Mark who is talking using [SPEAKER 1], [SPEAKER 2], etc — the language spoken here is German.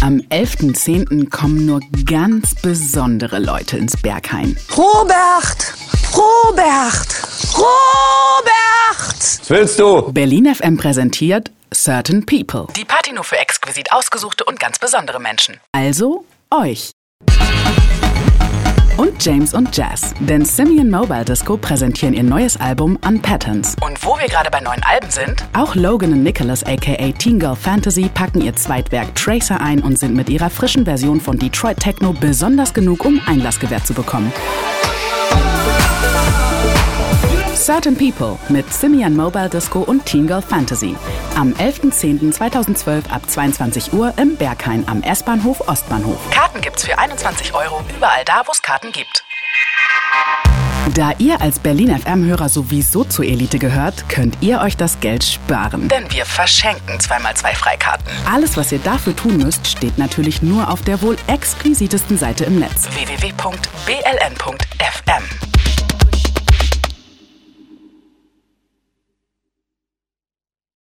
[SPEAKER 1] Am 11.10. kommen nur ganz besondere Leute ins Berghain.
[SPEAKER 2] Robert! Robert! Robert!
[SPEAKER 3] Was willst du?
[SPEAKER 1] Berlin FM präsentiert Certain People. Die Party nur für exquisit ausgesuchte und ganz besondere Menschen. Also euch. Und James und Jazz. Denn Simeon Mobile Disco präsentieren ihr neues Album Unpatterns. Und wo wir gerade bei neuen Alben sind? Auch Logan und Nicholas aka Teen Girl Fantasy packen ihr Zweitwerk Tracer ein und sind mit ihrer frischen Version von Detroit Techno besonders genug, um Einlass gewährt zu bekommen. Certain People mit Simian Mobile Disco und Teen Girl Fantasy. Am 11.10.2012 ab 22 Uhr im Berghain am S-Bahnhof Ostbahnhof. Karten gibt's für 21 Euro überall da, wo es Karten gibt. Da ihr als Berlin FM-Hörer sowieso zur Elite gehört, könnt ihr euch das Geld sparen. Denn wir verschenken zweimal zwei Freikarten. Alles, was ihr dafür tun müsst, steht natürlich nur auf der wohl exquisitesten Seite im Netz. www.bln.fm